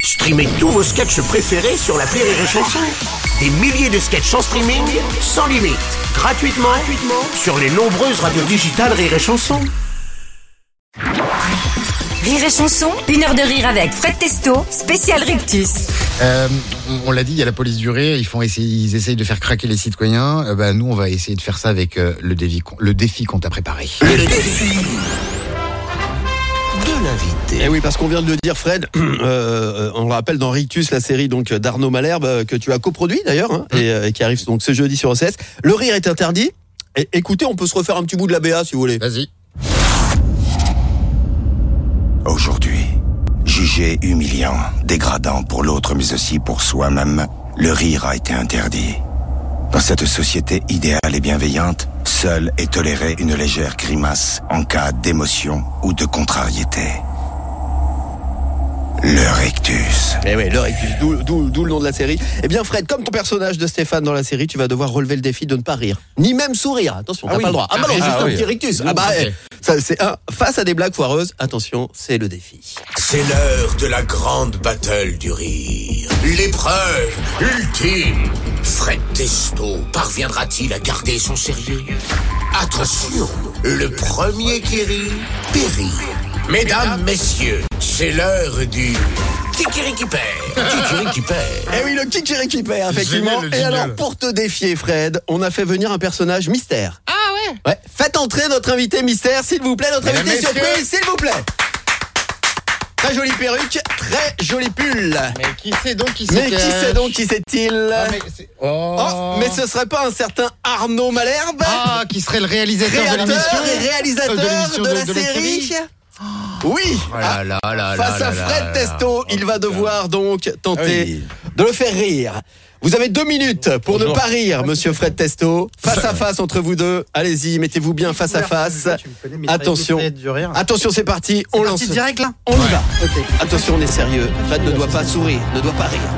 Streamez tous vos sketchs préférés sur la Rire et Chanson. Des milliers de sketchs en streaming, sans limite, gratuitement, gratuitement sur les nombreuses radios digitales Rire et Chanson. Rire et chanson, une heure de rire avec Fred Testo, spécial Rictus. Euh, on- on l'a dit, il y a la police du rire, ils, font essayer, ils essayent de faire craquer les citoyens. Euh, bah, nous, on va essayer de faire ça avec euh, le, défi, qu'on- le défi qu'on t'a préparé. Le défi de l'invité. Eh oui, parce qu'on vient de le dire, Fred. euh, on le rappelle dans Rictus, la série donc d'Arnaud Malherbe euh, que tu as coproduit d'ailleurs hein, et, euh, et qui arrive donc ce jeudi sur OCS. Le rire est interdit. Et, écoutez, on peut se refaire un petit bout de la BA si vous voulez. Vas-y. Aujourd'hui, jugé humiliant, dégradant pour l'autre mais aussi pour soi-même, le rire a été interdit. Dans cette société idéale et bienveillante, seule est tolérée une légère grimace en cas d'émotion ou de contrariété. Le rectus. Eh oui, le Rictus, d'où- d'où d'où le nom de la série. Eh bien, Fred, comme ton personnage de Stéphane dans la série, tu vas devoir relever le défi de ne pas rire, ni même sourire. Attention, Ah t'as oui. pas le droit. Ah, Ah bah non, oui. juste Ah un oui. petit Rictus. Ah bah, Ok. eh, ça, c'est un face à des blagues foireuses. Attention, c'est le défi. C'est l'heure de la grande battle du rire. L'épreuve ultime. Fred Testo parviendra-t-il à garder son sérieux Attention, le premier qui rit périt. Mesdames, messieurs, c'est l'heure du Kikiri perd. Kikiri perd. Eh oui, le Kikiriki père, effectivement. Génial, le Et jingle. alors, pour te défier, Fred, on a fait venir un personnage mystère. Ah ouais Ouais. Faites entrer notre invité mystère, s'il vous plaît, notre Mesdames, invité messieurs. surprise, s'il vous plaît. Très jolie perruque, très joli pull. Mais qui sait donc qui Mais qui c'est donc qui c'est-il Oh, mais ce serait pas un certain Arnaud Malherbe Ah, qui serait le réalisateur de Créateur l'émission et réalisateur Euh, de l'émission de, de- la de la série, série. Oui Ah, Oh là là Ah là Face là à là Fred là Testo, il va devoir donc Ah tenter Oui. de le faire rire. Vous avez deux minutes pour ne pas rire, monsieur Fred Testo. Face à face entre vous deux. Allez-y, mettez-vous bien face à face. Attention. Attention, c'est parti. On lance. direct là On y va. Attention, on est sérieux. Fred ne doit pas sourire, ne doit pas rire.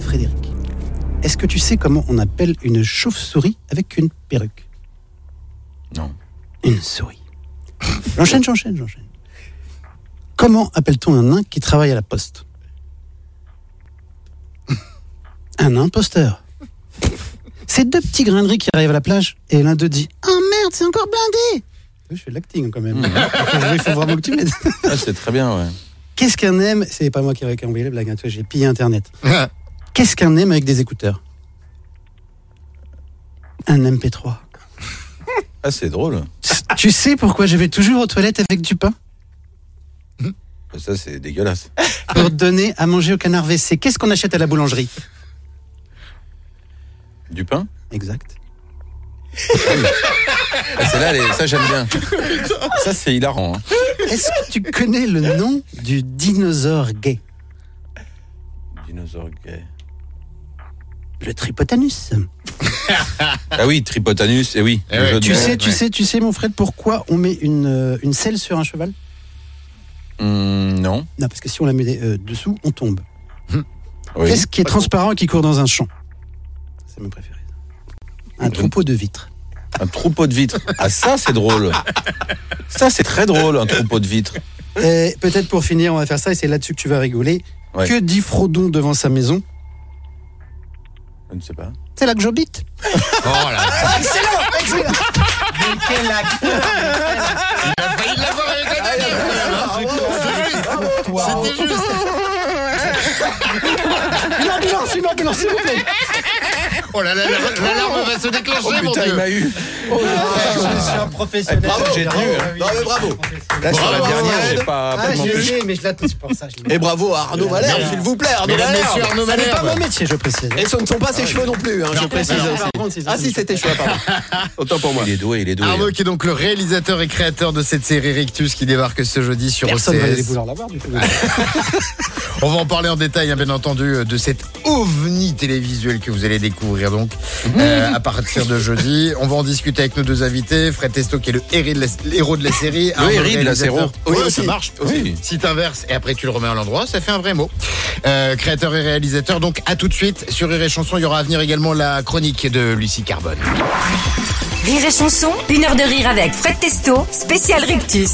Frédéric, est-ce que tu sais comment on appelle une chauve-souris avec une perruque Non. Une souris. J'enchaîne, j'enchaîne, j'enchaîne. Comment appelle-t-on un nain qui travaille à la poste Un imposteur. C'est deux petits grains de riz qui arrivent à la plage et l'un d'eux dit Oh merde, c'est encore blindé Je fais de l'acting hein, quand même. Il faut vraiment que tu m'aides. Ah, c'est très bien, ouais. Qu'est-ce qu'un aime C'est pas moi qui ai envoyé les blagues, hein, tu vois, j'ai pillé Internet. là. Qu'est-ce qu'un aime avec des écouteurs Un MP3. Ah, c'est drôle. Tu sais pourquoi je vais toujours aux toilettes avec du pain Ça, c'est dégueulasse. Ah Pour donner à manger au canard WC. Qu'est-ce qu'on achète à la boulangerie Du pain Exact. ah, Celle-là, elle est- ça, j'aime bien. Ça, c'est hilarant. hein. Est-ce que tu connais le nom du dinosaure gay Dinosaure gay. Le tripotanus. Ah oui, Tripotanus, et oui. Eh le ouais. jeu de Tu mots. sais, tu ouais. sais, tu sais, mon Fred, pourquoi on met une, euh, une selle sur un cheval Hmm, non. Non, parce que si on la met euh, dessous, on tombe. Hum. Oui. Qu'est-ce qui est transparent et qui court dans un champ C'est mon préféré. Hum. Un troupeau de vitres. Un troupeau de vitres. Ah, ça, c'est drôle. Ça, c'est très drôle, un troupeau de vitres. Et peut-être pour finir, on va faire ça, et c'est là-dessus que tu vas rigoler. Ouais. Que dit Frodon devant sa maison Je ne sais pas. C'est là que j'habite. Oh là là. Ah, Ah, C'était juste. Une ambulance, une ambulance, s'il vous plaît. Oh, Oh là là, la- l'alarme va se déclencher, mon Putain, il dieu. m'a eu. Ah, Je suis un professionnel. Eh, Bravo. Ah, J'ai tenu. hein. Non, mais bravo. Là, sur la Bravo, dernière, Fred. j'ai pas vraiment pu. ah, mais je l'attends pour ça. Je Et bravo à Arnaud Valère, s'il vous plaît, Arnaud Mesdames, Valère. messieurs, Arnaud n'est pas Malherbe. mon métier, je précise. Et ce ne sont pas ses cheveux non plus, hein, je précise non, aussi. Ah, par contre, c'est ça, ah si, c'est c'était cheveux, pardon. Autant pour moi. Il est doué, il est doué. Arnaud qui est donc le réalisateur et créateur de cette série Rictus qui débarque ce jeudi sur Personne va OCS. aller vouloir l'avoir, du coup. On va en parler en détail, hein, bien entendu, euh, de cette ovni télévisuelle que vous allez découvrir donc euh, à partir de jeudi. On va en discuter avec nos deux invités, Fred Testo qui est le héri de la- héros de la, série, Arnaud, héri de la réalisateur. série. Oui, Oui, ça aussi. marche. Oui. Si t'inverses et après tu le remets à l'endroit, ça fait un vrai mot. Euh, créateur et réalisateur, donc à tout de suite sur Rire et Chanson. Il y aura à venir également la chronique de Lucie Carbone. Rire et chanson, une heure de rire avec Fred Testo, spécial Rictus.